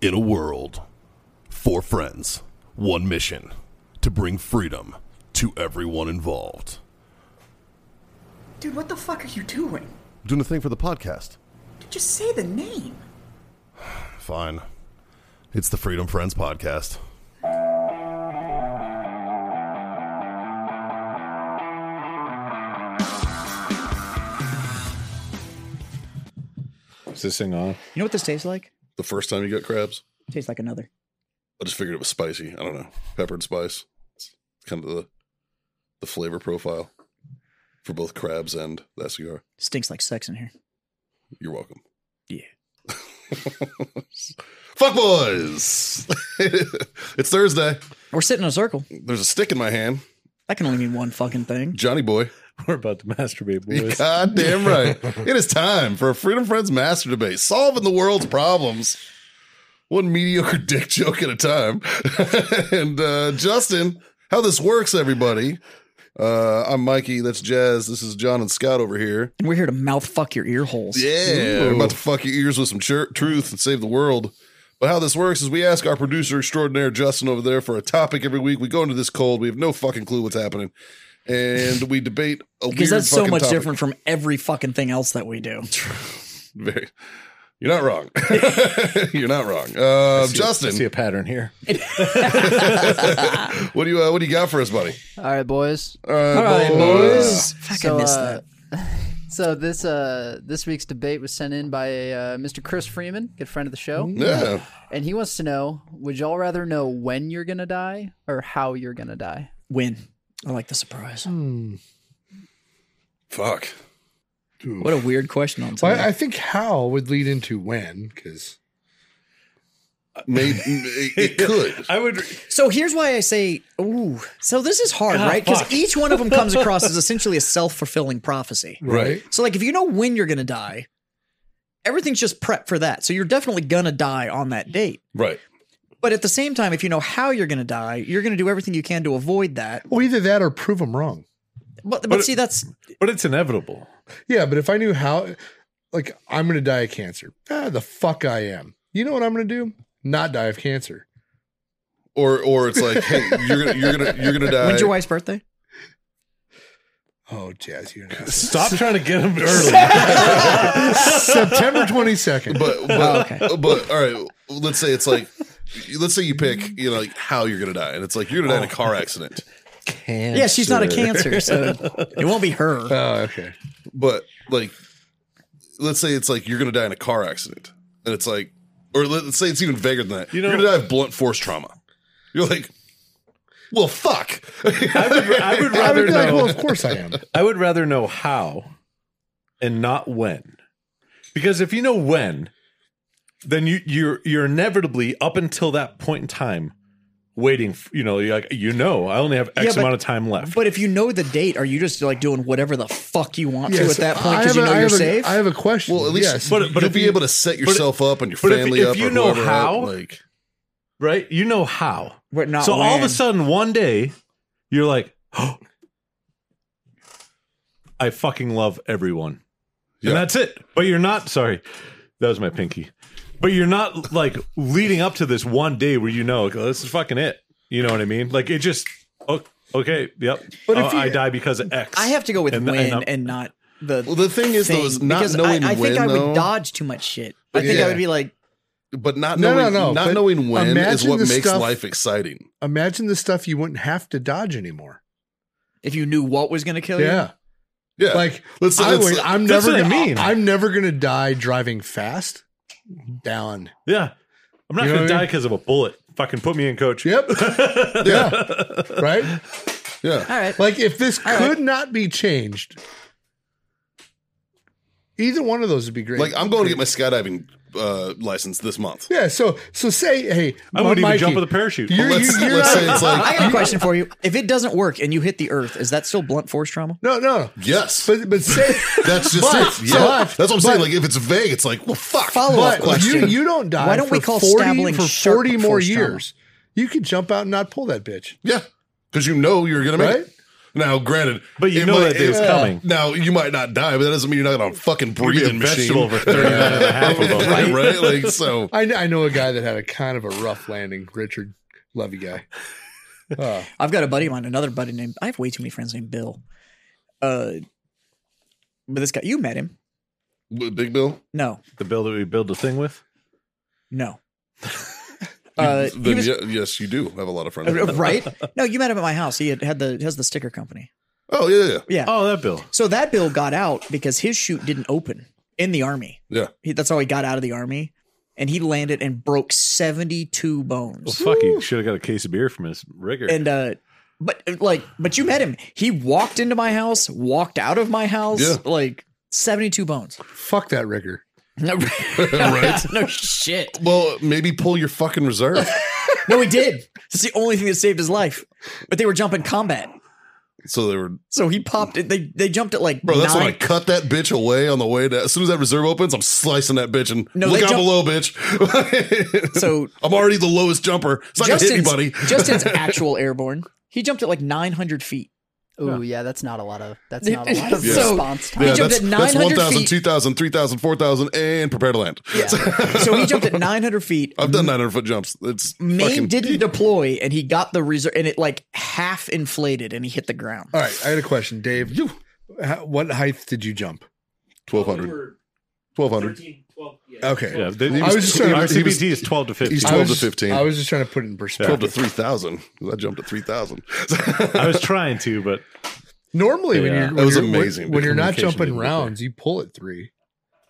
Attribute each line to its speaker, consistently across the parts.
Speaker 1: In a world, four friends, one mission to bring freedom to everyone involved.
Speaker 2: Dude, what the fuck are you doing?
Speaker 1: Doing a thing for the podcast.
Speaker 2: Just say the name.
Speaker 1: Fine. It's the Freedom Friends Podcast.
Speaker 3: Is this thing on?
Speaker 4: You know what this tastes like?
Speaker 1: The first time you got crabs,
Speaker 4: tastes like another.
Speaker 1: I just figured it was spicy. I don't know. Pepper and spice. It's kind of the the flavor profile for both crabs and that cigar.
Speaker 4: Stinks like sex in here.
Speaker 1: You're welcome.
Speaker 4: Yeah.
Speaker 1: Fuck boys. it's Thursday.
Speaker 4: We're sitting in a circle.
Speaker 1: There's a stick in my hand.
Speaker 4: That can only mean one fucking thing.
Speaker 1: Johnny boy.
Speaker 3: We're about to masturbate, boys.
Speaker 1: God damn right. it is time for a Freedom Friends master debate, solving the world's problems. One mediocre dick joke at a time. and uh, Justin, how this works, everybody. Uh, I'm Mikey. That's Jazz. This is John and Scott over here.
Speaker 4: And we're here to mouth fuck your ear holes.
Speaker 1: Yeah. We're about to fuck your ears with some chur truth and save the world. But how this works is we ask our producer extraordinaire, Justin, over there for a topic every week. We go into this cold. We have no fucking clue what's happening. And we debate a weird
Speaker 4: Because that's so
Speaker 1: fucking
Speaker 4: much
Speaker 1: topic.
Speaker 4: different from every fucking thing else that we do.
Speaker 1: Very. You're not wrong. You're not wrong. Uh,
Speaker 3: I see
Speaker 1: Justin,
Speaker 3: a pattern here.
Speaker 1: what do you uh, what do you got for us, buddy? Uh,
Speaker 5: All right, boys.
Speaker 1: All right,
Speaker 4: boys. Fuck,
Speaker 5: So,
Speaker 4: I missed
Speaker 5: uh,
Speaker 4: that.
Speaker 5: So this uh, this week's debate was sent in by uh, Mr. Chris Freeman, good friend of the show,
Speaker 4: Mm-hmm.
Speaker 1: Yeah.
Speaker 5: and he wants to know: Would y'all rather know when you're gonna die or how you're gonna die?
Speaker 4: Win. I like the surprise.
Speaker 5: Hmm.
Speaker 1: Fuck.
Speaker 4: What a weird question on
Speaker 6: Well, I-
Speaker 4: time.
Speaker 6: I think how would lead into when because
Speaker 1: Maybe it, it could.
Speaker 3: I would.
Speaker 4: So here's why I say, ooh. So this is hard, right? Because each one of them comes across as essentially a self fulfilling prophecy.
Speaker 1: Right.
Speaker 4: So like if you know when you're gonna die, everything's just prep for that. So you're definitely gonna die on that date.
Speaker 1: Right.
Speaker 4: But at the same time, if you know how you're going to die, you're going to do everything you can to avoid that.
Speaker 6: well either that or prove them wrong.
Speaker 4: But, but,
Speaker 3: But-
Speaker 4: see, that's
Speaker 3: But it's inevitable.
Speaker 6: Yeah, but if I knew how, like I'm gonna die of cancer. Ah, the fuck I am. You know what I'm gonna do? Not die of cancer.
Speaker 1: Or or it's like, hey, you're gonna you're gonna you're gonna die.
Speaker 4: when's your wife's birthday?
Speaker 6: Oh, jazz, you're an asshole.
Speaker 3: Stop trying to get him early.
Speaker 6: September 22nd.
Speaker 1: But but,
Speaker 4: okay.
Speaker 1: but all right. Let's say it's like, let's say you pick you know like how you're gonna die, and it's like you're gonna die
Speaker 6: Oh.
Speaker 1: in a car accident.
Speaker 4: Yeah, she's not a cancer, so it won't be her.
Speaker 6: oh, okay.
Speaker 1: But like, let's say it's like you're gonna die in a car accident, and it's like, or let's say it's even vaguer than that. You
Speaker 3: You know-
Speaker 1: are gonna die of blunt force trauma. You're like, well, fuck.
Speaker 3: I would, I would
Speaker 6: I would
Speaker 3: rather
Speaker 6: be like,
Speaker 3: know.
Speaker 6: well, of course I am.
Speaker 3: I would rather know how, and not when, because if you know when, then you you're you're inevitably up until that point in time waiting. f- You know, you're like you know, I only have X
Speaker 4: Yeah, but-
Speaker 3: amount of time left.
Speaker 4: But if you know the date, are you just like doing whatever the fuck you want to
Speaker 6: Yes,
Speaker 4: at that point
Speaker 6: I
Speaker 4: because you
Speaker 6: have
Speaker 4: know
Speaker 6: a- I
Speaker 4: you're
Speaker 6: have a-
Speaker 4: safe?
Speaker 6: I have a question.
Speaker 1: Well, at least
Speaker 6: yes.
Speaker 1: but,
Speaker 3: But- but
Speaker 1: you'll
Speaker 3: if
Speaker 1: be
Speaker 3: you-
Speaker 1: able to set yourself up and your
Speaker 3: but if-
Speaker 1: family
Speaker 3: if
Speaker 1: up.
Speaker 3: you
Speaker 1: or
Speaker 3: know
Speaker 1: whoever
Speaker 3: how-
Speaker 1: up, like
Speaker 3: right? You know how.
Speaker 4: But not
Speaker 3: so all of
Speaker 4: when.
Speaker 3: a sudden, one day, you're like, oh, I fucking love everyone.
Speaker 1: Yeah.
Speaker 3: And that's it. But you're not, sorry, that was my pinky. But you're not like leading up to this one day where you know, "Oh, this is fucking it. You know what I mean? Like it just, oh, okay, yep. But
Speaker 6: if
Speaker 3: if
Speaker 6: you-
Speaker 3: I die because of X.
Speaker 4: I have to go with
Speaker 3: And-
Speaker 4: when
Speaker 3: and uh,
Speaker 4: and,
Speaker 3: I'm-
Speaker 4: not the.
Speaker 1: Well, the thing is, though, is not
Speaker 4: because
Speaker 1: knowing
Speaker 4: I, I think
Speaker 1: when,
Speaker 4: I would
Speaker 1: though-
Speaker 4: dodge too much shit. I think
Speaker 6: Yeah.
Speaker 4: I would be like,
Speaker 1: but not
Speaker 6: No, no,
Speaker 1: knowing
Speaker 6: no,
Speaker 1: not
Speaker 6: but
Speaker 1: knowing when is
Speaker 6: imagine
Speaker 1: what
Speaker 6: the
Speaker 1: makes
Speaker 6: stuff-
Speaker 1: life exciting.
Speaker 6: Imagine the stuff you wouldn't have to dodge anymore.
Speaker 4: if you knew what was going to kill you,
Speaker 6: Yeah.
Speaker 1: Oh, Yeah,
Speaker 6: Like,
Speaker 1: Let's-
Speaker 6: I
Speaker 1: let's-
Speaker 6: would, I'm
Speaker 3: that's
Speaker 6: never
Speaker 3: what I
Speaker 6: gonna,
Speaker 3: mean.
Speaker 6: I'm never gonna die driving fast. Down.
Speaker 3: Yeah. I'm not
Speaker 6: You
Speaker 3: going
Speaker 6: know what
Speaker 3: to
Speaker 6: I
Speaker 3: die
Speaker 6: mean?
Speaker 3: because of a bullet. Fucking put me in, coach.
Speaker 6: Yep. yeah. Right?
Speaker 1: yeah,
Speaker 4: all right,
Speaker 6: Like if this
Speaker 4: All right.
Speaker 6: could not be changed, either one of those would be great.
Speaker 1: like I'm going to get my skydiving uh, license this month.
Speaker 6: yeah. So so say hey,
Speaker 3: I wouldn't even
Speaker 6: Mikey,
Speaker 3: jump with a parachute.
Speaker 6: You're,
Speaker 1: Let's,
Speaker 6: you- you're
Speaker 1: let's
Speaker 6: not-
Speaker 1: say it's
Speaker 4: I
Speaker 1: like
Speaker 4: got a question for you. If it doesn't work and you hit the earth, is that still blunt force trauma?
Speaker 6: no no.
Speaker 1: yes,
Speaker 6: But but say
Speaker 1: that's just
Speaker 6: But-
Speaker 1: it. Yeah,
Speaker 6: but-
Speaker 1: that's what I'm saying.
Speaker 6: but-
Speaker 1: Like if it's vague, it's like well, fuck.
Speaker 4: Follow up
Speaker 6: but
Speaker 4: question.
Speaker 6: you you don't die.
Speaker 4: Why don't
Speaker 6: for
Speaker 4: we call
Speaker 6: 40,
Speaker 4: Stabling
Speaker 6: for
Speaker 4: sharp
Speaker 6: forty more
Speaker 4: force trauma?
Speaker 6: years? You could jump out and not pull that bitch,
Speaker 1: Yeah, because you know you're gonna make
Speaker 6: right?
Speaker 1: it. Now, granted,
Speaker 3: But you
Speaker 1: it
Speaker 3: know that day is coming.
Speaker 1: Now you might not die, but that doesn't mean you're not gonna fucking
Speaker 3: We'll be a
Speaker 1: breathing machine.
Speaker 3: vegetable for 39 and a half of them,
Speaker 1: right?
Speaker 3: right?
Speaker 1: Like so.
Speaker 6: I, kn- I know a guy that had a kind of a rough landing, Richard Levy guy. Uh,
Speaker 4: I've got a buddy of mine, another buddy named. I have way too many friends named Bill. Uh, but this guy, you met him?
Speaker 1: B- Big Bill,
Speaker 4: No,
Speaker 3: The bill that we build a thing with.
Speaker 4: no.
Speaker 1: You-
Speaker 4: Uh, he
Speaker 1: then
Speaker 4: was, Uh,
Speaker 1: ye- yes, you do have a lot of friends.
Speaker 4: right? No, you met him at my house. He had, had the has the sticker company.
Speaker 1: Oh yeah, yeah,
Speaker 4: Yeah.
Speaker 3: Oh, that bill.
Speaker 4: So that bill got out because his chute didn't open in the army.
Speaker 1: yeah.
Speaker 4: He, that's how he got out of the army, and he landed and broke seventy two bones.
Speaker 3: Well, fuck, you should have got a case of beer from his rigger.
Speaker 4: and uh but like but you met him he walked into my house walked out of my house
Speaker 1: Yeah.
Speaker 4: like 72 bones
Speaker 6: fuck that rigger.
Speaker 4: no,
Speaker 1: Right.
Speaker 4: no shit
Speaker 1: Well, maybe pull your fucking reserve.
Speaker 4: no he did it's the only thing that saved his life but they were jumping combat
Speaker 1: so they were,
Speaker 4: so he popped it they they jumped at like
Speaker 1: bro. That's
Speaker 4: nine
Speaker 1: when I cut that bitch away on the way. To, as soon as that reserve opens, I'm slicing that bitch and
Speaker 4: No,
Speaker 1: look
Speaker 4: they
Speaker 1: out
Speaker 4: jump-
Speaker 1: below, bitch.
Speaker 4: so
Speaker 1: I'm already the lowest jumper. It's not gonna hit
Speaker 4: justin's,
Speaker 1: anybody.
Speaker 4: justin's actual airborne he jumped at like 900 feet
Speaker 5: Ooh, yeah, that's not a lot of that's not a lot of
Speaker 4: Yeah.
Speaker 5: response time.
Speaker 4: Yeah. jumped
Speaker 1: that's,
Speaker 4: at
Speaker 1: that's
Speaker 4: 900
Speaker 1: 1,000,
Speaker 4: feet.
Speaker 1: 2,000, 3,000, 4,000, and prepare to land.
Speaker 4: so he jumped at 900 feet
Speaker 1: I've done 900 foot jumps. It's
Speaker 4: Maine
Speaker 1: fucking,
Speaker 4: didn't deploy, and he got the reserve, and it like half inflated, and he hit the ground.
Speaker 6: All right, I had a question, Dave. How, what height did you jump?
Speaker 1: 1,200. 1,200.
Speaker 6: Okay,
Speaker 3: yeah, they,
Speaker 6: I was just trying to-
Speaker 3: our
Speaker 1: he was-
Speaker 3: CBT is 12 to 15.
Speaker 1: he's
Speaker 6: I
Speaker 1: 12 to
Speaker 6: was-
Speaker 1: 15.
Speaker 6: I was just trying to put it in perspective.
Speaker 1: 12 to 3,000. I jumped at 3,000.
Speaker 3: I was trying to, but
Speaker 6: Normally, when
Speaker 3: Yeah.
Speaker 6: you're
Speaker 3: That
Speaker 6: when
Speaker 1: was
Speaker 6: you're- when-
Speaker 1: amazing.
Speaker 6: when, you're not
Speaker 3: Communication
Speaker 6: jumping
Speaker 3: didn't work
Speaker 6: rounds, you pull at three.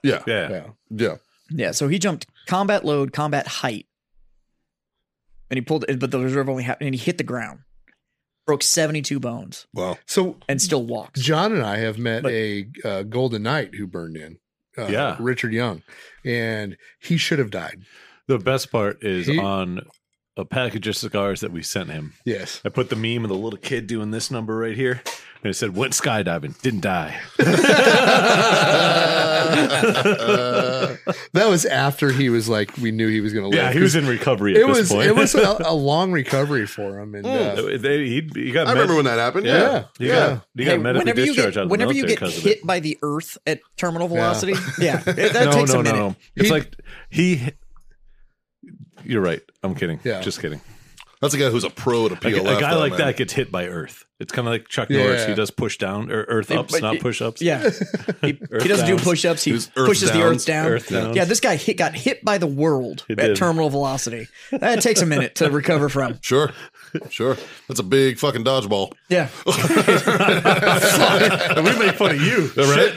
Speaker 1: yeah.
Speaker 3: yeah.
Speaker 6: Yeah,
Speaker 1: Yeah.
Speaker 4: Yeah, so he jumped combat load, combat height, and he pulled. But the reserve only happened, and he hit the ground, broke seventy-two bones,
Speaker 1: Wow.
Speaker 6: so
Speaker 4: and still walks.
Speaker 6: John and I have met
Speaker 4: But-
Speaker 6: a uh, golden knight who burned in. Uh,
Speaker 3: Yeah.
Speaker 6: Richard Young, and he should have died.
Speaker 3: The best part is
Speaker 6: He-
Speaker 3: on a package of cigars that we sent him.
Speaker 6: Yes,
Speaker 3: I put the meme of the little kid doing this number right here, and it said, "Went skydiving, didn't die."
Speaker 6: that was after he was like we knew he was going to live.
Speaker 3: yeah, he was in recovery at
Speaker 6: it
Speaker 3: this
Speaker 6: was
Speaker 3: point.
Speaker 6: it was a, a long recovery for him, and uh,
Speaker 3: They- he, he got
Speaker 1: I
Speaker 3: med-
Speaker 1: remember when that happened. Yeah.
Speaker 6: yeah,
Speaker 3: he
Speaker 1: yeah.
Speaker 3: got, he got
Speaker 4: Hey,
Speaker 3: medical
Speaker 4: you
Speaker 3: discharge
Speaker 4: get,
Speaker 3: out of the
Speaker 4: whenever you
Speaker 3: military
Speaker 4: get
Speaker 3: because of
Speaker 4: hit
Speaker 3: it.
Speaker 4: by the earth at terminal velocity, yeah, it- that
Speaker 3: no,
Speaker 4: takes
Speaker 3: no,
Speaker 4: a minute.
Speaker 3: no, no. It's
Speaker 6: He-
Speaker 3: like he. You're right. I'm kidding.
Speaker 6: Yeah.
Speaker 3: Just kidding.
Speaker 1: That's a guy who's a pro at a
Speaker 3: A,
Speaker 1: PLF.
Speaker 3: a guy
Speaker 1: though,
Speaker 3: like
Speaker 1: man.
Speaker 3: that gets hit by Earth. It's kind of like Chuck Norris.
Speaker 6: Yeah.
Speaker 3: He does push down or Earth ups,
Speaker 4: but
Speaker 3: not
Speaker 4: it-
Speaker 3: push ups.
Speaker 4: Yeah, he, he doesn't do
Speaker 3: downs.
Speaker 4: push-ups. He
Speaker 1: He was earth
Speaker 4: pushes the
Speaker 1: downs,
Speaker 4: earth down.
Speaker 3: earth downs.
Speaker 4: Yeah, this guy hit, got hit by the world
Speaker 3: He
Speaker 4: at
Speaker 3: did.
Speaker 4: terminal velocity. That takes a minute to recover from.
Speaker 1: Sure. Sure. That's a big fucking dodgeball.
Speaker 4: Yeah,
Speaker 3: we make fun of you.
Speaker 1: Right?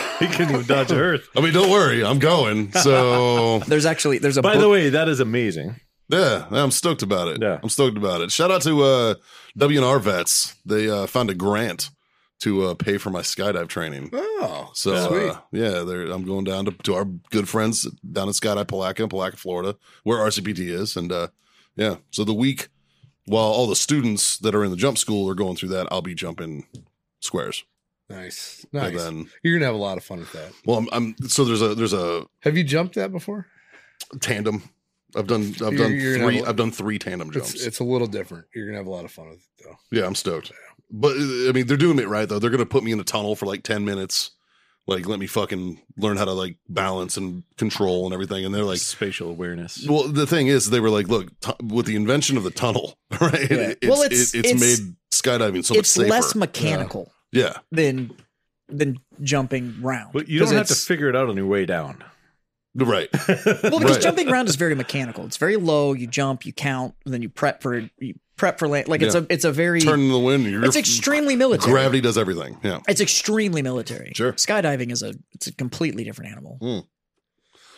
Speaker 4: yeah.
Speaker 3: He couldn't even dodge Earth.
Speaker 1: I mean, don't worry. I'm going. So,
Speaker 4: There's actually there's a
Speaker 3: By
Speaker 4: book-
Speaker 3: the way, that is amazing.
Speaker 1: yeah, I'm stoked about it.
Speaker 3: Yeah.
Speaker 1: I'm stoked about it. Shout out to uh, WNR Vets. They uh, found a grant to uh, pay for my skydive training.
Speaker 6: oh,
Speaker 1: So
Speaker 6: sweet.
Speaker 1: uh, yeah, there I'm going down to, to our good friends down in Skydive Palaca in Palaca, Florida, where RCPT is, and uh, yeah. So the week while all the students that are in the jump school are going through that, I'll be jumping squares.
Speaker 6: nice, nice.
Speaker 1: And then,
Speaker 6: You're gonna have a lot of fun with that.
Speaker 1: well, I'm, I'm so there's a there's a
Speaker 6: Have you jumped that before?
Speaker 1: tandem. I've done I've
Speaker 6: You're-
Speaker 1: done
Speaker 6: you're gonna
Speaker 1: three
Speaker 6: have a-
Speaker 1: I've done three tandem jumps.
Speaker 6: It's, it's a little different. You're gonna have a lot of fun with it though.
Speaker 1: yeah, I'm stoked. But uh, I mean, they're doing it right though. They're gonna put me in a tunnel for like ten minutes. Like, let me fucking learn how to like balance and control and everything. And they're like,
Speaker 3: Like spatial awareness.
Speaker 1: Well, the thing is, they were like, look, tu with the invention of the tunnel, right?
Speaker 4: Yeah.
Speaker 1: It's,
Speaker 4: Well,
Speaker 1: it-
Speaker 4: it's-
Speaker 1: it's,
Speaker 4: it's-
Speaker 1: made skydiving so much
Speaker 4: it's
Speaker 1: safer.
Speaker 4: less mechanical
Speaker 1: yeah.
Speaker 4: than than jumping round.
Speaker 3: But you don't
Speaker 4: 'Cause
Speaker 3: have to
Speaker 4: it's-
Speaker 3: figure it out on your way down.
Speaker 1: Right.
Speaker 4: well, because
Speaker 1: right.
Speaker 4: jumping round is very mechanical. It's very low. You jump, you count, and then you prep for you prep for land. Like it's
Speaker 1: Yeah.
Speaker 4: a it's a very
Speaker 1: Turn in the wind. You're,
Speaker 4: it's extremely military.
Speaker 1: Gravity does everything. Yeah.
Speaker 4: It's extremely military.
Speaker 1: Sure.
Speaker 4: skydiving is a it's a completely different animal.
Speaker 6: Hmm.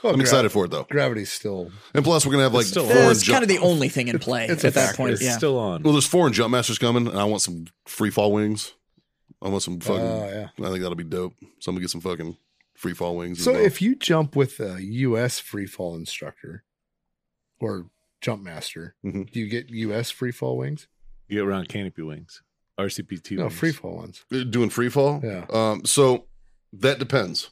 Speaker 6: Well,
Speaker 1: I'm
Speaker 6: gra-
Speaker 1: excited for it though.
Speaker 6: Gravity's still
Speaker 1: And plus, we're gonna have like
Speaker 3: It's still
Speaker 1: foreign
Speaker 4: That's
Speaker 1: jump-
Speaker 4: kind of the only thing in play
Speaker 6: It's a
Speaker 4: at that
Speaker 6: factor.
Speaker 4: point.
Speaker 3: It's
Speaker 4: Yeah,
Speaker 3: still on.
Speaker 1: well, there's foreign jump masters coming, and I want some free fall wings. I want some fucking.
Speaker 6: Oh, yeah.
Speaker 1: I think that'll be dope. So I'm gonna get some fucking free fall wings. as
Speaker 6: So
Speaker 1: well.
Speaker 6: if you jump with a U.S. free fall instructor or jump master,
Speaker 1: Mhm.
Speaker 6: do you get U.S. free fall wings?
Speaker 3: you get around canopy wings, RCPT.
Speaker 6: No,
Speaker 3: wings.
Speaker 1: Uh,
Speaker 6: free fall ones.
Speaker 1: Um, doing free fall,
Speaker 6: Yeah.
Speaker 1: Um, so that depends.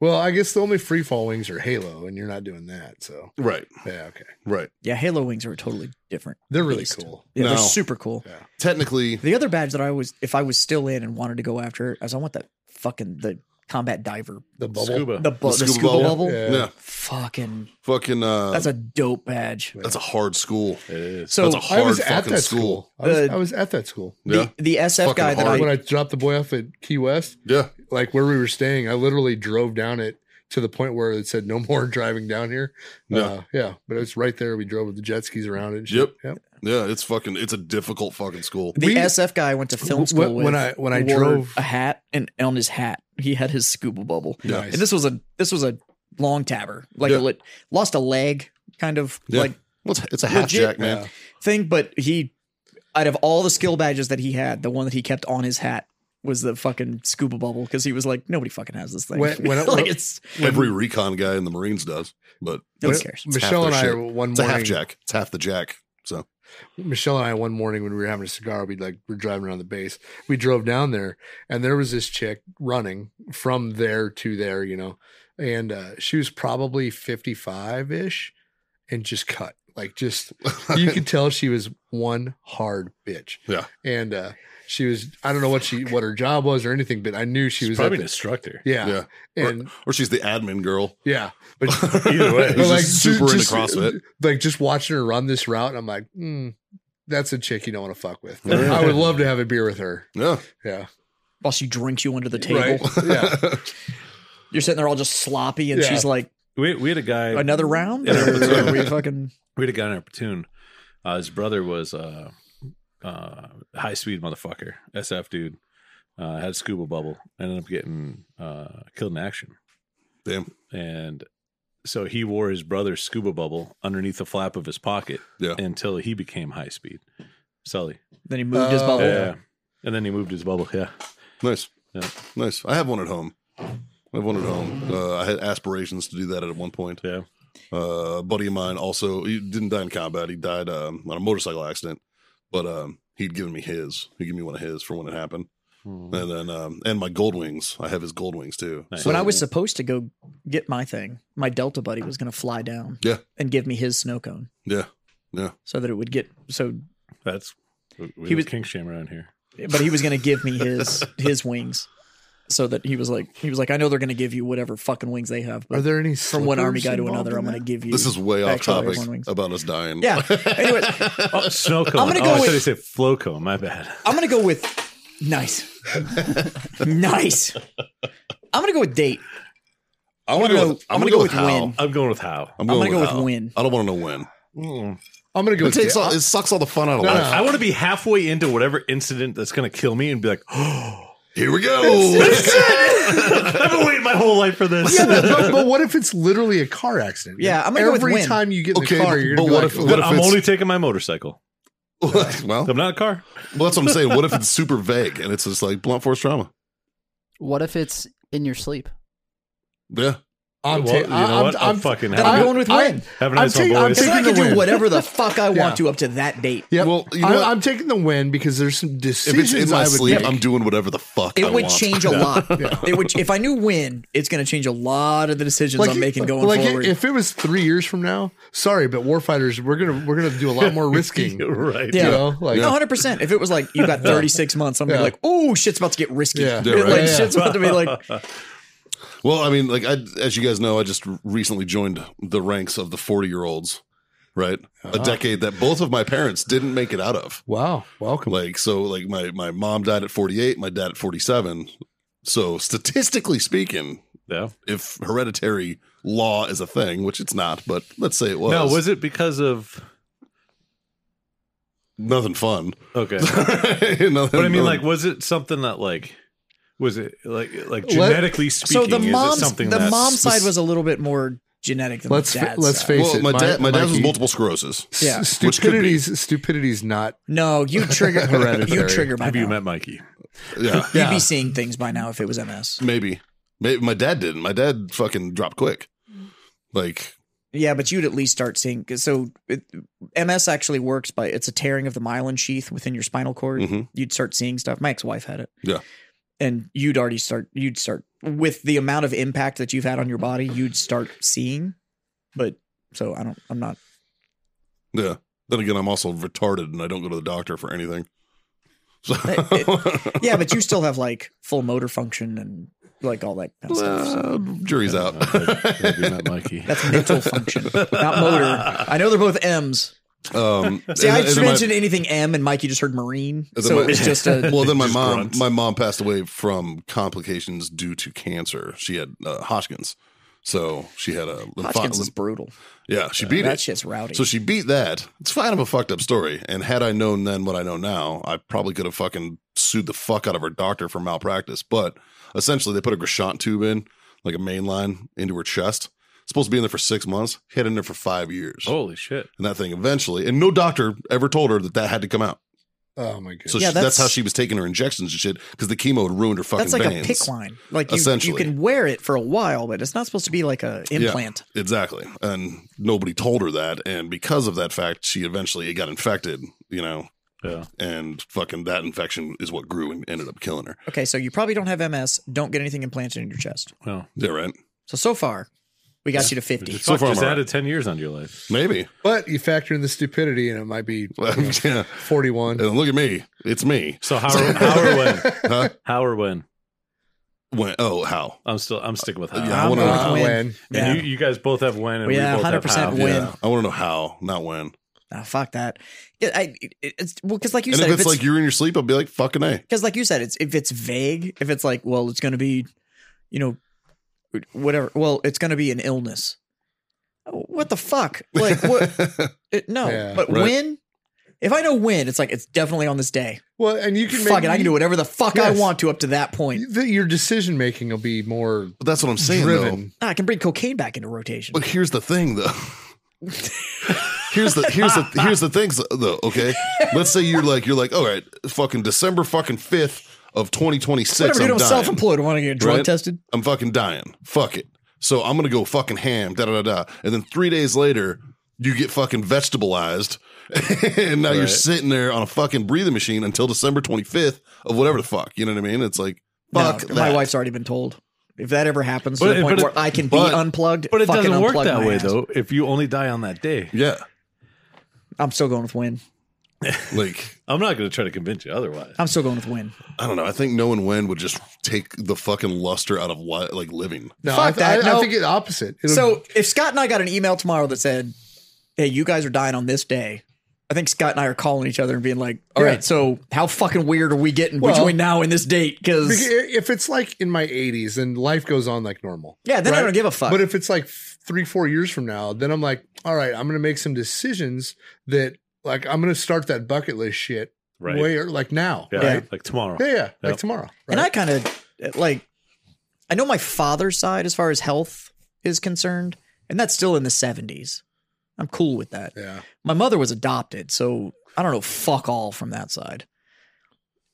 Speaker 6: Well, I guess the only free fall wings are Halo, and you're not doing that. So
Speaker 1: Right,
Speaker 6: yeah, okay.
Speaker 1: right.
Speaker 4: Yeah, Halo wings are totally different.
Speaker 6: They're really
Speaker 4: beast.
Speaker 6: cool.
Speaker 4: Yeah, they're
Speaker 1: No.
Speaker 4: super cool.
Speaker 1: Technically,
Speaker 4: The other badge that I was, if I was still in and wanted to go after, as I want that fucking the combat diver,
Speaker 6: The bubble.
Speaker 3: Scuba.
Speaker 4: the, bu- the
Speaker 1: scuba
Speaker 4: scuba,
Speaker 1: bubble?
Speaker 4: bubble.
Speaker 6: Yeah.
Speaker 1: yeah,
Speaker 4: Fucking,
Speaker 1: fucking. Uh,
Speaker 4: that's a dope badge.
Speaker 1: that's a hard school.
Speaker 3: It is.
Speaker 4: So
Speaker 1: that's a
Speaker 6: I
Speaker 1: hard
Speaker 6: was at
Speaker 1: fucking
Speaker 6: that
Speaker 1: school.
Speaker 6: school. I, was,
Speaker 4: Uh,
Speaker 6: I was at that school.
Speaker 1: Yeah,
Speaker 4: the the SF
Speaker 1: Fucking
Speaker 4: guy that
Speaker 1: hard.
Speaker 6: when
Speaker 4: I
Speaker 6: I dropped the boy off at Key West,
Speaker 1: yeah.
Speaker 6: like where we were staying, I literally drove down it to the point where it said no more driving down here.
Speaker 1: Yeah.
Speaker 6: Uh, yeah. But it's right there. We drove with the jet skis around it. and shit.
Speaker 1: Yep.
Speaker 6: Yep.
Speaker 1: Yeah, it's fucking. It's a difficult fucking school.
Speaker 4: the
Speaker 6: we-
Speaker 4: SF guy I went to film
Speaker 6: Wh-
Speaker 4: school
Speaker 6: wh-
Speaker 4: with.
Speaker 6: when I- when I
Speaker 4: wore
Speaker 6: drove-
Speaker 4: a hat and on his hat he had his scuba bubble.
Speaker 1: Yeah.
Speaker 6: Nice.
Speaker 4: And this was a this was a long tabber, like
Speaker 1: Yeah.
Speaker 4: a lit, lost a leg kind of
Speaker 1: Yeah.
Speaker 4: like
Speaker 1: Well, it's, it's a half
Speaker 4: Legit-
Speaker 1: jack, man.
Speaker 6: Yeah.
Speaker 4: thing. But he, out of all the skill badges that he had, the one that he kept on his hat was the fucking scuba bubble because he was like, nobody fucking has this thing.
Speaker 6: When- when I-
Speaker 4: like it's
Speaker 1: Every recon guy in the Marines does, but
Speaker 4: nobody
Speaker 6: When-
Speaker 4: cares.
Speaker 6: Michelle and
Speaker 1: It's half
Speaker 6: I
Speaker 1: their
Speaker 6: one
Speaker 1: it's a half
Speaker 6: morning.
Speaker 1: jack. It's half the jack. So
Speaker 6: Michelle and I one morning when we were having a cigar, we like we're driving around the base. We drove down there, and there was this chick running from there to there, you know, and uh, she was probably fifty five ish, and just cut like just you could tell she was one hard bitch.
Speaker 1: Yeah.
Speaker 6: and uh, she was I don't know what she what her job was or anything, but I knew she
Speaker 3: She's
Speaker 6: was at
Speaker 3: probably an
Speaker 6: the-
Speaker 3: instructor.
Speaker 6: yeah,
Speaker 1: Yeah.
Speaker 6: and
Speaker 1: or she's the admin girl.
Speaker 6: yeah, but
Speaker 3: Either way,
Speaker 1: She's
Speaker 6: but like
Speaker 1: just super
Speaker 6: ju-
Speaker 1: into
Speaker 4: uh,
Speaker 6: just-
Speaker 1: CrossFit.
Speaker 6: Like just watching her run this route, I'm like, hmm, that's a chick you don't want to fuck with. I would love to have a beer with her.
Speaker 1: Yeah,
Speaker 6: Yeah,
Speaker 4: While she drinks you under the table,
Speaker 6: right. Yeah,
Speaker 4: you're sitting there all just sloppy, and
Speaker 6: Yeah.
Speaker 4: she's like,
Speaker 3: we, we had a guy.
Speaker 4: another round.
Speaker 3: Yeah.
Speaker 4: Or are we fucking
Speaker 3: we had a guy in our platoon. Uh, his brother was a uh, uh, high speed motherfucker, SF dude. Uh, had a scuba bubble, ended up getting uh, killed in action,
Speaker 1: damn.
Speaker 3: and so he wore his brother's scuba bubble underneath the flap of his pocket
Speaker 1: Yeah.
Speaker 3: until he became high speed. Sully,
Speaker 4: then he moved his
Speaker 1: Oh,
Speaker 4: bubble.
Speaker 3: yeah.
Speaker 6: Oh, yeah.
Speaker 3: and then he moved his bubble. Yeah,
Speaker 1: Nice.
Speaker 3: Yeah.
Speaker 1: Nice. I have one at home. I have one at home. Uh, I had aspirations to do that at one point.
Speaker 3: yeah.
Speaker 1: Uh, a buddy of mine also, he didn't die in combat. He died um, on a motorcycle accident, but um, he'd given me his. He gave me one of his for when it happened. And then, um, and my gold wings. I have his gold wings too.
Speaker 3: Hmm. Nice.
Speaker 4: when I was supposed to go get my thing, my Delta buddy was going to fly down
Speaker 1: Yeah.
Speaker 4: and give me his snow cone
Speaker 1: yeah,
Speaker 4: so that it would get so,
Speaker 3: That's we- we
Speaker 4: He
Speaker 3: he
Speaker 4: was-
Speaker 3: was king sham around here.
Speaker 4: but he was going to give me his his wings so that he was like he was like I know they're going to give you whatever fucking wings they have,
Speaker 6: Are
Speaker 4: but
Speaker 6: there any
Speaker 4: from one
Speaker 6: slippers
Speaker 4: army guy to
Speaker 6: involved
Speaker 4: another,
Speaker 6: in
Speaker 4: I'm going to
Speaker 6: that?
Speaker 4: give you
Speaker 1: this is way off
Speaker 4: actual
Speaker 1: topic
Speaker 4: airborne wings.
Speaker 1: about us dying.
Speaker 4: yeah. Anyways,
Speaker 3: Oh, snow cone.
Speaker 4: gonna go
Speaker 3: oh, I
Speaker 4: with-
Speaker 3: thought you said flow cone. My bad.
Speaker 4: I'm going to go with nice, nice. I'm going to go with date.
Speaker 1: I want to
Speaker 4: gonna
Speaker 1: go.
Speaker 4: go-
Speaker 1: with-
Speaker 4: I'm
Speaker 1: I'm
Speaker 4: gonna go
Speaker 1: going to go with
Speaker 4: with
Speaker 1: how.
Speaker 4: win.
Speaker 3: I'm going with how.
Speaker 1: I'm
Speaker 4: I'm
Speaker 1: going
Speaker 4: gonna go with
Speaker 1: how.
Speaker 4: win.
Speaker 1: I don't want to know when. Hmm.
Speaker 6: I'm gonna go.
Speaker 1: It
Speaker 6: With
Speaker 1: takes
Speaker 6: da-
Speaker 1: all, it sucks all the fun out of
Speaker 6: No,
Speaker 1: life.
Speaker 6: no.
Speaker 3: I want to be halfway into whatever incident that's going to kill me and be like, oh,
Speaker 1: Here we go.
Speaker 3: I've been waiting my whole life for this.
Speaker 6: yeah, but, but, but what if it's literally a car accident?
Speaker 4: Yeah, I'm gonna go
Speaker 6: Every
Speaker 4: with win.
Speaker 6: time you get in
Speaker 1: Okay,
Speaker 6: the car, you're
Speaker 1: but
Speaker 6: gonna be
Speaker 1: what
Speaker 6: like,
Speaker 1: if-
Speaker 6: "Oh,
Speaker 1: what
Speaker 3: But
Speaker 1: if
Speaker 3: I'm
Speaker 1: it's-
Speaker 3: only taking my motorcycle.
Speaker 1: well,
Speaker 3: I'm not a car.
Speaker 1: Well, that's what I'm saying. What if it's super vague and it's just like blunt force trauma?
Speaker 5: What if it's in your sleep?
Speaker 1: Yeah.
Speaker 6: I'm
Speaker 3: well,
Speaker 6: ta-
Speaker 3: you know what? I'm,
Speaker 6: I'm-
Speaker 3: fucking
Speaker 4: Then I'm
Speaker 3: having,
Speaker 4: going with
Speaker 6: I-
Speaker 4: win.
Speaker 3: having
Speaker 6: I'm
Speaker 3: a nice one,
Speaker 6: taking- I'm
Speaker 3: boys.
Speaker 4: And then I
Speaker 6: taking
Speaker 4: can
Speaker 6: the
Speaker 4: do
Speaker 6: win.
Speaker 4: whatever the fuck I want
Speaker 6: Yeah.
Speaker 4: to up to that date.
Speaker 6: Yep.
Speaker 1: Well, you know
Speaker 6: I'm,
Speaker 1: what?
Speaker 6: I'm taking the win because there's some
Speaker 1: If
Speaker 6: decisions
Speaker 1: it's in my
Speaker 6: I would
Speaker 1: sleep,
Speaker 6: make.
Speaker 1: I'm doing whatever the fuck I
Speaker 4: It would
Speaker 1: want.
Speaker 4: change a lot. It would if I knew when, it's going to change a lot of the decisions I'm making going
Speaker 6: like
Speaker 4: forward.
Speaker 6: If it was three years from now, sorry, but warfighters, we're gonna we're gonna do a lot more risking.
Speaker 3: You're
Speaker 6: you
Speaker 3: right.
Speaker 4: yeah,
Speaker 6: know, like
Speaker 4: no, hundred percent. If it was like you got thirty six months, I'm gonna be
Speaker 6: Yeah.
Speaker 4: like, oh, shit's about to get risky.
Speaker 6: Yeah.
Speaker 4: It,
Speaker 1: Yeah, right.
Speaker 4: like
Speaker 6: Yeah.
Speaker 4: shit's about to be like,
Speaker 1: Well, I mean, like I, as you guys know, I just recently joined the ranks of the 40 year olds, right? A
Speaker 6: Uh-huh.
Speaker 1: decade that both of my parents didn't make it out of.
Speaker 6: wow, welcome.
Speaker 1: Like, so like my, my mom died at 48, my dad at 47. So statistically speaking,
Speaker 3: Yeah.
Speaker 1: if hereditary law is a thing, which it's not, but let's say it was,
Speaker 3: Now, was it because of.
Speaker 1: nothing fun.
Speaker 3: Okay.
Speaker 1: Nothing-
Speaker 3: But I mean, like, was it something that, like, was it like like genetically speaking?
Speaker 4: so the
Speaker 3: is it
Speaker 4: mom's
Speaker 3: something
Speaker 4: the
Speaker 3: that's
Speaker 4: mom
Speaker 3: spec-
Speaker 4: side was a little bit more genetic than
Speaker 6: Let's
Speaker 4: the
Speaker 6: fa-
Speaker 4: dad's
Speaker 6: let's
Speaker 4: side.
Speaker 6: face
Speaker 1: well,
Speaker 6: it.
Speaker 1: my, dad, my dad was
Speaker 6: Mikey,
Speaker 1: multiple sclerosis.
Speaker 6: s-
Speaker 4: Yeah.
Speaker 1: Which could be.
Speaker 6: stupidity's stupidity's not.
Speaker 4: No, you trigger
Speaker 6: Hereditary.
Speaker 4: You trigger by
Speaker 3: Have
Speaker 4: now.
Speaker 3: you met Mikey?
Speaker 1: Yeah.
Speaker 4: You'd
Speaker 6: Yeah.
Speaker 4: be seeing things by now if it was MS.
Speaker 1: Maybe. Maybe my dad didn't. My dad fucking dropped quick. Like,
Speaker 4: Yeah, but you'd at least start seeing. 'cause So it, MS actually works by it's a tearing of the myelin sheath within your spinal cord.
Speaker 1: Mhm.
Speaker 4: You'd start seeing stuff. My ex-wife had it.
Speaker 1: Yeah.
Speaker 4: and you'd already start you'd start with the amount of impact that you've had on your body you'd start seeing but so i don't i'm not
Speaker 1: Yeah. Then again, I'm also retarded and I don't go to the doctor for anything. So
Speaker 4: yeah but you still have like full motor function and like all that kind of stuff so
Speaker 1: Well, jury's out.
Speaker 3: Uh, Have you met Mikey?
Speaker 4: that's mental function not motor i know they're both m's
Speaker 1: um,
Speaker 4: see
Speaker 1: and-
Speaker 4: i
Speaker 1: and
Speaker 4: just
Speaker 1: then my-
Speaker 4: mentioned anything m and mike you just heard marine
Speaker 1: and then
Speaker 4: so
Speaker 1: my-
Speaker 4: it was just a
Speaker 1: well, then my
Speaker 3: Just
Speaker 1: mom,
Speaker 3: grunt.
Speaker 1: my mom passed away from complications due to cancer. She had uh, Hodgkin's, so she had a lympho-
Speaker 4: Hodgkin's is brutal
Speaker 1: yeah. She beat
Speaker 4: that
Speaker 1: it.
Speaker 4: shit's rowdy
Speaker 1: So she beat that. It's kind of a fucked up story. And had I known then what I know now, I probably could have fucking sued the fuck out of her doctor for malpractice. But essentially, they put a Grishant tube in, like a main line, into her chest. Supposed to be in there for six months. Hid in there for five years.
Speaker 4: Oh.
Speaker 3: Holy shit!
Speaker 1: And that thing eventually, and no doctor ever told her that that had to come out.
Speaker 6: Oh my god.
Speaker 1: So
Speaker 4: Yeah,
Speaker 1: she, that's,
Speaker 4: that's-
Speaker 1: how she was taking her injections and shit because the chemo had ruined her fucking
Speaker 4: that's like a
Speaker 1: veins.
Speaker 4: pick line like you, you
Speaker 1: Essentially.
Speaker 4: can wear it for a while but it's not supposed to be like a implant
Speaker 1: Exactly. And nobody told her that. And because of that fact, she eventually it got infected, you know,
Speaker 3: Yeah.
Speaker 1: and fucking that infection is what grew and ended up killing her.
Speaker 4: Okay, so you probably don't have MS. Don't get anything implanted in your chest.
Speaker 3: Well,
Speaker 1: Yeah, right.
Speaker 4: So so far, we got you to fifty.
Speaker 3: so
Speaker 1: far,
Speaker 3: far, just
Speaker 1: I'm all
Speaker 3: added ten years onto your life.
Speaker 1: Maybe.
Speaker 6: But you factor in the stupidity, and it might be you know,
Speaker 1: yeah.
Speaker 6: 41.
Speaker 4: Uh,
Speaker 1: And look at me. It's me.
Speaker 3: So how or, how or when?
Speaker 1: Huh?
Speaker 3: How or when?
Speaker 1: When, oh, how?
Speaker 3: I'm still I'm sticking with Uh, how.
Speaker 1: Yeah, I
Speaker 4: I'm
Speaker 1: want to
Speaker 4: going
Speaker 1: know
Speaker 4: with win.
Speaker 1: how.
Speaker 6: Uh, when.
Speaker 4: Yeah.
Speaker 3: And you, you guys both have when, and
Speaker 4: Yeah,
Speaker 3: we both have
Speaker 4: 100%
Speaker 3: how.
Speaker 4: win.
Speaker 1: Yeah. I want to know how, not when.
Speaker 4: Ah, fuck that. Yeah, I, it- it's well because like you
Speaker 1: and
Speaker 4: said,
Speaker 1: if it's, like you're in your sleep, I'll be like, fucking A.
Speaker 4: because like you said, it's if it's vague, if it's like well, it's going to be, you know, whatever. Well, it's going to be an illness. Oh, What the fuck? Like what? it, no,
Speaker 6: Yeah,
Speaker 4: but
Speaker 1: right.
Speaker 4: when? If I know when, it's like it's definitely on this day.
Speaker 6: Well, and you can
Speaker 4: Fuck
Speaker 6: make,
Speaker 4: it, I can do whatever the fuck I
Speaker 6: Yes.
Speaker 4: want to up to that point.
Speaker 6: The, your decision making will be more
Speaker 1: But that's what I'm saying, though.
Speaker 6: driven.
Speaker 4: Ah, I can bring cocaine back into rotation.
Speaker 1: But here's the thing, though. here's the here's the here's the things though. Okay, let's say you're like you're like all right, fucking December fucking fifth of 2026.
Speaker 4: Whatever, dude,
Speaker 1: I'm
Speaker 4: I'm
Speaker 1: dying.
Speaker 4: self-employed. I want to get drug
Speaker 1: Right?
Speaker 4: tested.
Speaker 1: I'm fucking dying. Fuck it. So I'm gonna go fucking ham. Da da da da. And then three days later, you get fucking vegetableized, and now you're
Speaker 3: Right.
Speaker 1: sitting there on a fucking breathing machine until December 25th of whatever the fuck. You know what I mean? It's like
Speaker 4: No,
Speaker 1: fuck.
Speaker 4: my
Speaker 1: that.
Speaker 4: wife's already been told. If that ever happens
Speaker 3: But
Speaker 4: to the
Speaker 3: it-
Speaker 4: point
Speaker 3: but
Speaker 4: where
Speaker 3: it-
Speaker 4: I can
Speaker 1: but-
Speaker 4: be unplugged,
Speaker 3: But it
Speaker 4: fucking
Speaker 3: doesn't work
Speaker 4: unplug
Speaker 3: that
Speaker 4: my
Speaker 3: way
Speaker 4: ass.
Speaker 3: though. If you only die on that day,
Speaker 1: Yeah,
Speaker 4: I'm still going with win.
Speaker 1: like
Speaker 3: I'm not going to try to convince you otherwise.
Speaker 4: I'm still going with win.
Speaker 1: I don't know. I think knowing when would just take the fucking luster out of li- like living.
Speaker 6: No,
Speaker 4: Fuck
Speaker 6: I,
Speaker 4: that,
Speaker 6: I,
Speaker 4: no.
Speaker 6: I think it's opposite. It'll-
Speaker 4: So if Scott and I got an email tomorrow that said, "Hey, you guys are dying on this day," I think Scott and I are calling each other and being like, "All right,
Speaker 6: Yeah.
Speaker 4: so how fucking weird are we getting
Speaker 6: Well-
Speaker 4: between now and this date?"
Speaker 6: Because
Speaker 4: Because
Speaker 6: if it's like in my 80s, then life goes on like normal.
Speaker 4: yeah, then I
Speaker 6: right?
Speaker 4: don't give a fuck.
Speaker 6: But if it's like f- three, four years from now, then I'm like, all right, I'm going to make some decisions that, like, I'm going to start that bucket list shit
Speaker 3: Right.
Speaker 6: way or like now.
Speaker 3: yeah.
Speaker 4: Right.
Speaker 3: Like tomorrow.
Speaker 6: Yeah, yeah,
Speaker 3: Yep.
Speaker 6: like tomorrow.
Speaker 4: And
Speaker 6: right?
Speaker 4: I kind of like, I know my father's side as far as health is concerned, and that's still in the 70s. I'm cool with that.
Speaker 6: yeah,
Speaker 4: my mother was adopted, so I don't know fuck all from that side.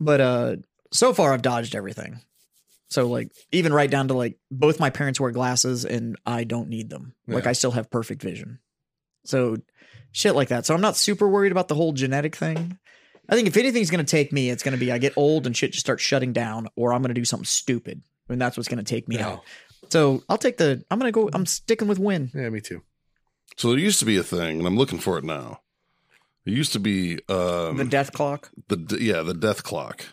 Speaker 4: But uh so far I've dodged everything. So like even right down to like both my parents wear glasses and I don't need them. Like
Speaker 6: Yeah.
Speaker 4: I still have perfect vision. So shit like that. So I'm not super worried about the whole genetic thing. I think if anything's going to take me, it's going to be I get old and shit just starts shutting down or I'm going to do something stupid. And that's what's going to take me out. So I'll take the I'm going to go I'm sticking with win.
Speaker 6: yeah, me too.
Speaker 1: So there used to be a thing, and I'm looking for it now. It used to be
Speaker 4: the
Speaker 1: um, the,
Speaker 4: death clock.
Speaker 1: d- yeah the death clock.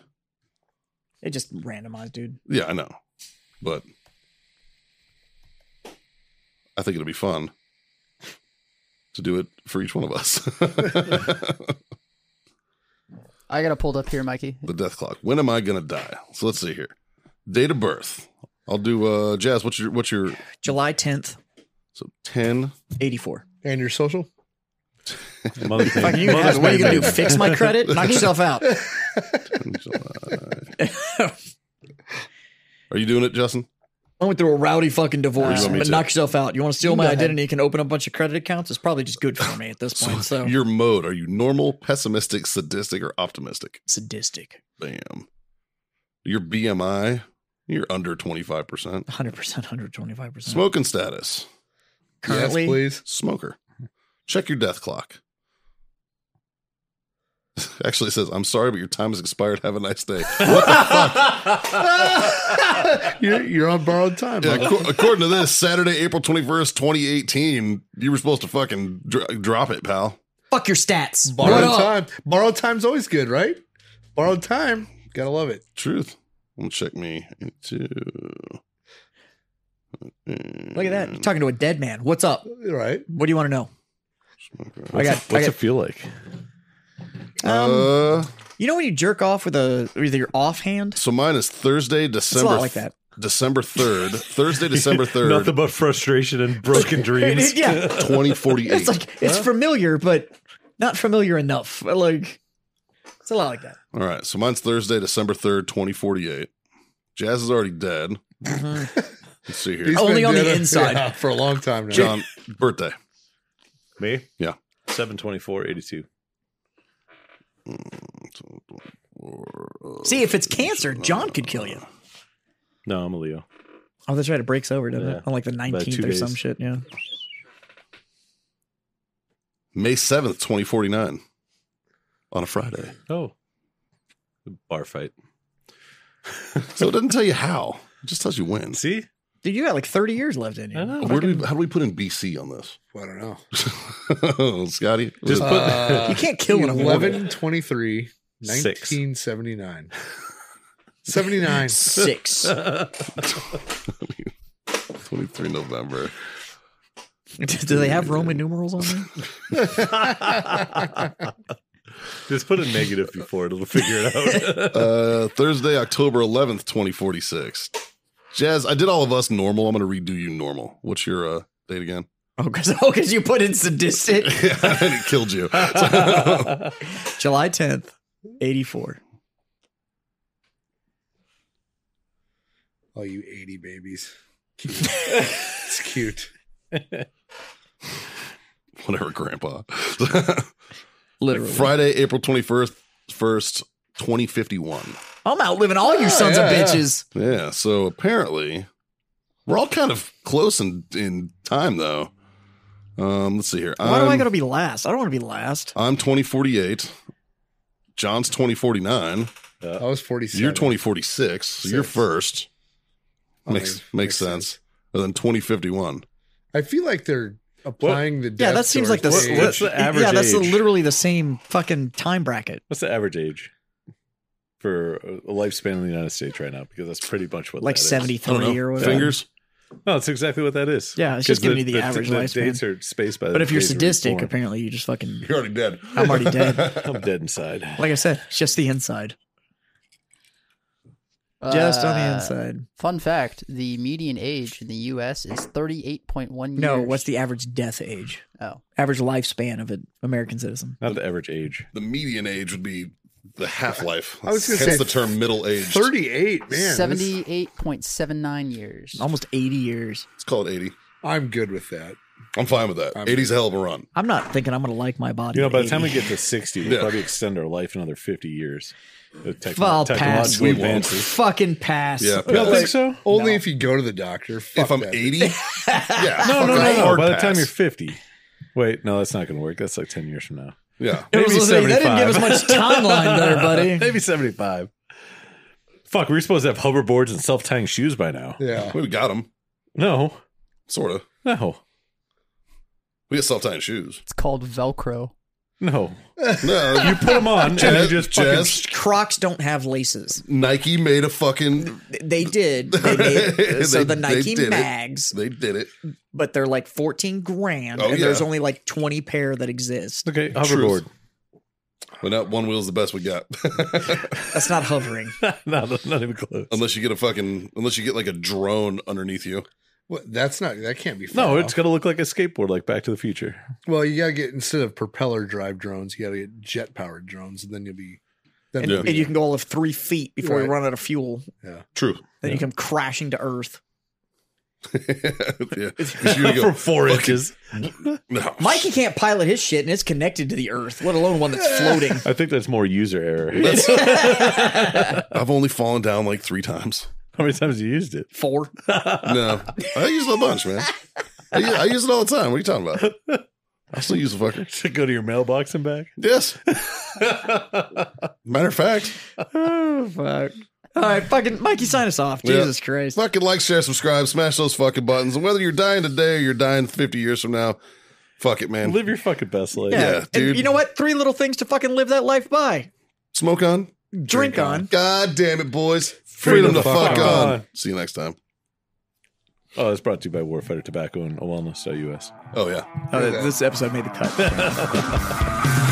Speaker 4: It just randomized, dude.
Speaker 1: Yeah, I know, but I think it'll be fun to do it for each one of us. the
Speaker 5: I got it pulled up here, Mikey.
Speaker 1: death clock. When am I gonna die? So let's see here. Date of birth. I'll do uh Jazz. What's your what's your
Speaker 4: July 10th,
Speaker 1: so ten?
Speaker 4: 84.
Speaker 6: And your social?
Speaker 3: Mother thing.
Speaker 4: Fuck, you gonna
Speaker 3: Mother's
Speaker 4: have- what are you going
Speaker 3: baby.
Speaker 4: to do? Fix my credit? Knock yourself out.
Speaker 1: Are you doing it, Justin?
Speaker 4: I went through a rowdy fucking divorce,
Speaker 1: Uh, me
Speaker 4: but
Speaker 1: too.
Speaker 4: knock yourself out. You want to steal my
Speaker 5: Go ahead.
Speaker 4: identity? You can open up a bunch of credit accounts. It's probably just good for me at this point. So,
Speaker 1: Your mode. Are you normal, pessimistic, sadistic, or optimistic?
Speaker 4: sadistic.
Speaker 1: Bam. Your BMI, you're under
Speaker 4: 100%,
Speaker 1: 25%.
Speaker 4: 125%.
Speaker 1: Smoking status,
Speaker 4: Currently,
Speaker 6: yes, please.
Speaker 1: smoker. Check your death clock. Actually, it says, "I'm sorry, but your time has expired. Have a nice day."
Speaker 6: You're, you're on borrowed time.
Speaker 1: Yeah,
Speaker 6: huh?
Speaker 1: acco- according to this, Saturday, April 21st, 2018, you were supposed to fucking dr- drop it, pal.
Speaker 4: Fuck your stats.
Speaker 5: What
Speaker 6: Borrowed
Speaker 5: up?
Speaker 6: time. Borrowed time's always good, right? Borrowed time. Gotta love it.
Speaker 1: Truth. Well, check me too.
Speaker 4: Look at that. You're talking to a dead man. What's up?
Speaker 6: All Right.
Speaker 4: What do you want to know? I
Speaker 3: What's,
Speaker 4: got.
Speaker 3: it, what's
Speaker 4: I
Speaker 3: it
Speaker 4: got
Speaker 3: feel like?
Speaker 4: Um,
Speaker 1: Uh,
Speaker 4: you know when you jerk off with a with your offhand?
Speaker 1: so mine is Thursday,
Speaker 4: It's a
Speaker 1: December
Speaker 4: lot like that.
Speaker 1: December 3rd. Thursday, December 3rd,
Speaker 3: Nothing but frustration and broken dreams.
Speaker 4: yeah,
Speaker 1: 2048.
Speaker 4: it's like it's familiar, but not familiar enough. Like it's a lot like that.
Speaker 1: All right. So mine's Thursday, December 3rd, 2048. Jazz is already dead. Let's see here.
Speaker 6: He's
Speaker 4: Only
Speaker 6: been
Speaker 4: on the
Speaker 6: dead, uh,
Speaker 4: inside.
Speaker 6: yeah, for a long time now.
Speaker 1: John, birthday.
Speaker 3: Me?
Speaker 1: Yeah.
Speaker 3: 724, 82.
Speaker 4: See, if it's cancer, John could kill you.
Speaker 3: No, I'm a Leo.
Speaker 4: Oh, that's right. It breaks over, doesn't
Speaker 3: Yeah.
Speaker 4: it? On like the nineteenth
Speaker 3: two
Speaker 4: or some
Speaker 3: days.
Speaker 4: shit. Yeah.
Speaker 1: May 7th, 2049. On a Friday.
Speaker 3: Oh. Bar fight.
Speaker 1: So it doesn't tell you how. It just tells you when.
Speaker 3: See?
Speaker 4: Dude, you got like thirty years left in
Speaker 3: I
Speaker 4: you.
Speaker 3: know.
Speaker 1: Where do we, how do we put in BC on this?
Speaker 6: I don't know.
Speaker 1: Scotty?
Speaker 3: Just put
Speaker 6: Uh,
Speaker 4: You can't kill an eleven.
Speaker 6: 11, 23,
Speaker 3: Six.
Speaker 6: 1979. 79.
Speaker 4: Six.
Speaker 1: 23 November.
Speaker 4: Do they have Roman numerals on them?
Speaker 3: just put a negative before it. It'll figure it out.
Speaker 1: Uh, Thursday, October 11th, 2046. Jazz, I did all of us normal. I'm going to redo you normal. What's your uh, date again?
Speaker 4: Oh, because oh, because you put in sadistic.
Speaker 1: and it killed you.
Speaker 4: July tenth, eighty four.
Speaker 6: Oh, you 80 babies. Cute. it's cute.
Speaker 1: Whatever, grandpa.
Speaker 4: Literally.
Speaker 1: Friday, April 21st, first, 2051.
Speaker 4: I'm outliving all you sons
Speaker 6: yeah, yeah.
Speaker 4: of bitches.
Speaker 1: Yeah, so apparently we're all kind of close in, in time though. Um, let's see here.
Speaker 4: Why do I
Speaker 1: I'm-
Speaker 4: gotta be last? I don't want to be last.
Speaker 1: I'm 2048. John's 2049.
Speaker 6: I was 47.
Speaker 1: Uh, You're 2046. So you're
Speaker 6: Six.
Speaker 1: first.
Speaker 6: I mean,
Speaker 1: Makes makes, sense. And then 2051.
Speaker 6: I feel like they're applying the
Speaker 4: Yeah,
Speaker 6: death
Speaker 4: that seems like the
Speaker 6: towards
Speaker 3: What-
Speaker 6: age.
Speaker 3: what's the average
Speaker 4: Yeah, that's
Speaker 3: age?
Speaker 4: literally the same fucking time bracket.
Speaker 3: What's the average age for a lifespan in the United States right now? Because that's pretty much what
Speaker 4: Like
Speaker 3: that is.
Speaker 4: seventy
Speaker 1: I don't
Speaker 4: three or
Speaker 1: know.
Speaker 4: whatever.
Speaker 1: Fingers.
Speaker 3: No, that's exactly what that is.
Speaker 4: Yeah, it's just
Speaker 3: 'Cause
Speaker 4: giving you the average lifespan.
Speaker 3: dates are spaced by.
Speaker 4: But
Speaker 3: the
Speaker 4: if you're
Speaker 3: days we were
Speaker 4: sadistic,
Speaker 3: born.
Speaker 4: apparently you just fucking
Speaker 1: You're already dead.
Speaker 4: I'm already dead.
Speaker 3: I'm dead inside.
Speaker 4: Like I said, it's just the inside. Just on the
Speaker 5: Uh,
Speaker 4: inside.
Speaker 5: Fun fact: the median age in the U.S. is thirty-eight point one years.
Speaker 4: No, what's the average death age?
Speaker 5: oh
Speaker 4: Average lifespan of an American citizen.
Speaker 3: Not the average age.
Speaker 1: The median age would be the half life.
Speaker 6: I was gonna
Speaker 1: Hence
Speaker 6: say
Speaker 1: the term middle age.
Speaker 6: 38, man. this-
Speaker 5: seventy-eight point seven nine years?
Speaker 4: Almost eighty years.
Speaker 1: Let's call it 80.
Speaker 6: I'm good with that.
Speaker 1: I'm fine with that. 80's a hell of a run.
Speaker 4: I'm not thinking I'm gonna like my body.
Speaker 3: You know,
Speaker 4: at
Speaker 3: by the time
Speaker 4: 80.
Speaker 3: we get to 60, we'll
Speaker 1: Yeah.
Speaker 3: probably extend our life another 50 years. with techno-
Speaker 4: I'll pass.
Speaker 3: technological
Speaker 1: We won't.
Speaker 3: advances.
Speaker 4: fucking pass.
Speaker 1: Yeah.
Speaker 3: You don't
Speaker 1: pass.
Speaker 3: think so?
Speaker 6: Only if you go to the doctor. Fuck
Speaker 1: if I'm
Speaker 6: that.
Speaker 1: 80, yeah.
Speaker 3: No,
Speaker 1: fuck
Speaker 3: no,
Speaker 1: it.
Speaker 3: no, no.
Speaker 1: Hard
Speaker 3: By the
Speaker 1: pass.
Speaker 3: time you're 50. Wait, no, that's not going to work. That's like 10 years from now.
Speaker 1: yeah.
Speaker 4: It was
Speaker 3: Maybe
Speaker 4: literally- they didn't give us
Speaker 3: 75.
Speaker 4: much timeline there, buddy.
Speaker 3: Maybe 75. Fuck, we were supposed to have hoverboards and self tying shoes by now.
Speaker 6: Yeah.
Speaker 1: We got him,
Speaker 3: No,
Speaker 1: sort of.
Speaker 3: no,
Speaker 1: We got self tying shoes.
Speaker 5: It's called Velcro.
Speaker 3: no.
Speaker 1: No, you
Speaker 3: Put them on and you
Speaker 1: Jazz,
Speaker 3: just fucking.
Speaker 1: Jazz,
Speaker 4: Crocs don't have laces.
Speaker 1: Nike made a fucking.
Speaker 4: They did. They made, so
Speaker 1: They-
Speaker 4: the
Speaker 1: they
Speaker 4: Nike
Speaker 1: did it.
Speaker 4: mags,
Speaker 1: They did it.
Speaker 4: but they're like 14 grand,
Speaker 1: Oh,
Speaker 4: and there's
Speaker 1: yeah.
Speaker 4: only like 20 pair that exist.
Speaker 3: Okay, hoverboard.
Speaker 1: But not one wheel's the best we got.
Speaker 4: That's not hovering.
Speaker 3: no, that's not even close.
Speaker 1: unless you get a fucking, unless you get like a drone underneath you.
Speaker 6: What, that's not, that can't be
Speaker 3: No,
Speaker 6: far
Speaker 3: it's
Speaker 6: off.
Speaker 3: going to look like a skateboard, like Back to the Future.
Speaker 6: Well, you gotta get instead of propeller drive drones, you gotta get jet powered drones, and then you'll be. Then
Speaker 4: And,
Speaker 6: you'll be-
Speaker 4: and you can go all of three feet before you
Speaker 6: Right.
Speaker 4: run out of fuel.
Speaker 1: True.
Speaker 4: Then you come crashing to earth.
Speaker 1: yeah. 'Cause you
Speaker 3: From
Speaker 1: go,
Speaker 3: four inches.
Speaker 1: no.
Speaker 4: Mikey can't pilot his shit, and it's connected to the earth, let alone one that's floating.
Speaker 3: I think that's more user error.
Speaker 1: I've only fallen down like three times.
Speaker 3: How many times you used it?
Speaker 4: Four.
Speaker 1: No, I use it a bunch, man. I use, I use it all the time. What are you talking about? I'll still use a fucker.
Speaker 3: to go to your mailbox and back.
Speaker 1: Yes. Matter of fact,
Speaker 4: Oh fuck! All right, fucking Mikey, sign us off.
Speaker 1: Yeah.
Speaker 4: Jesus Christ!
Speaker 1: fucking like, share, subscribe, smash those fucking buttons. And whether you're dying today or you're dying 50 years from now, fuck it, man.
Speaker 3: Live your fucking best life.
Speaker 1: Yeah,
Speaker 4: and
Speaker 1: dude.
Speaker 4: You know what? Three little things to fucking live that life by.
Speaker 1: Smoke on.
Speaker 4: Drink, on.
Speaker 1: God damn it, boys.
Speaker 3: Freedom
Speaker 1: Freedom, to
Speaker 3: to
Speaker 1: fuck,
Speaker 3: fuck
Speaker 1: on.
Speaker 3: on.
Speaker 1: See you next time.
Speaker 3: Oh, it's brought to you by Warfighter Tobacco and wellness.us.
Speaker 1: Oh, yeah.
Speaker 4: Oh, this episode made the cut.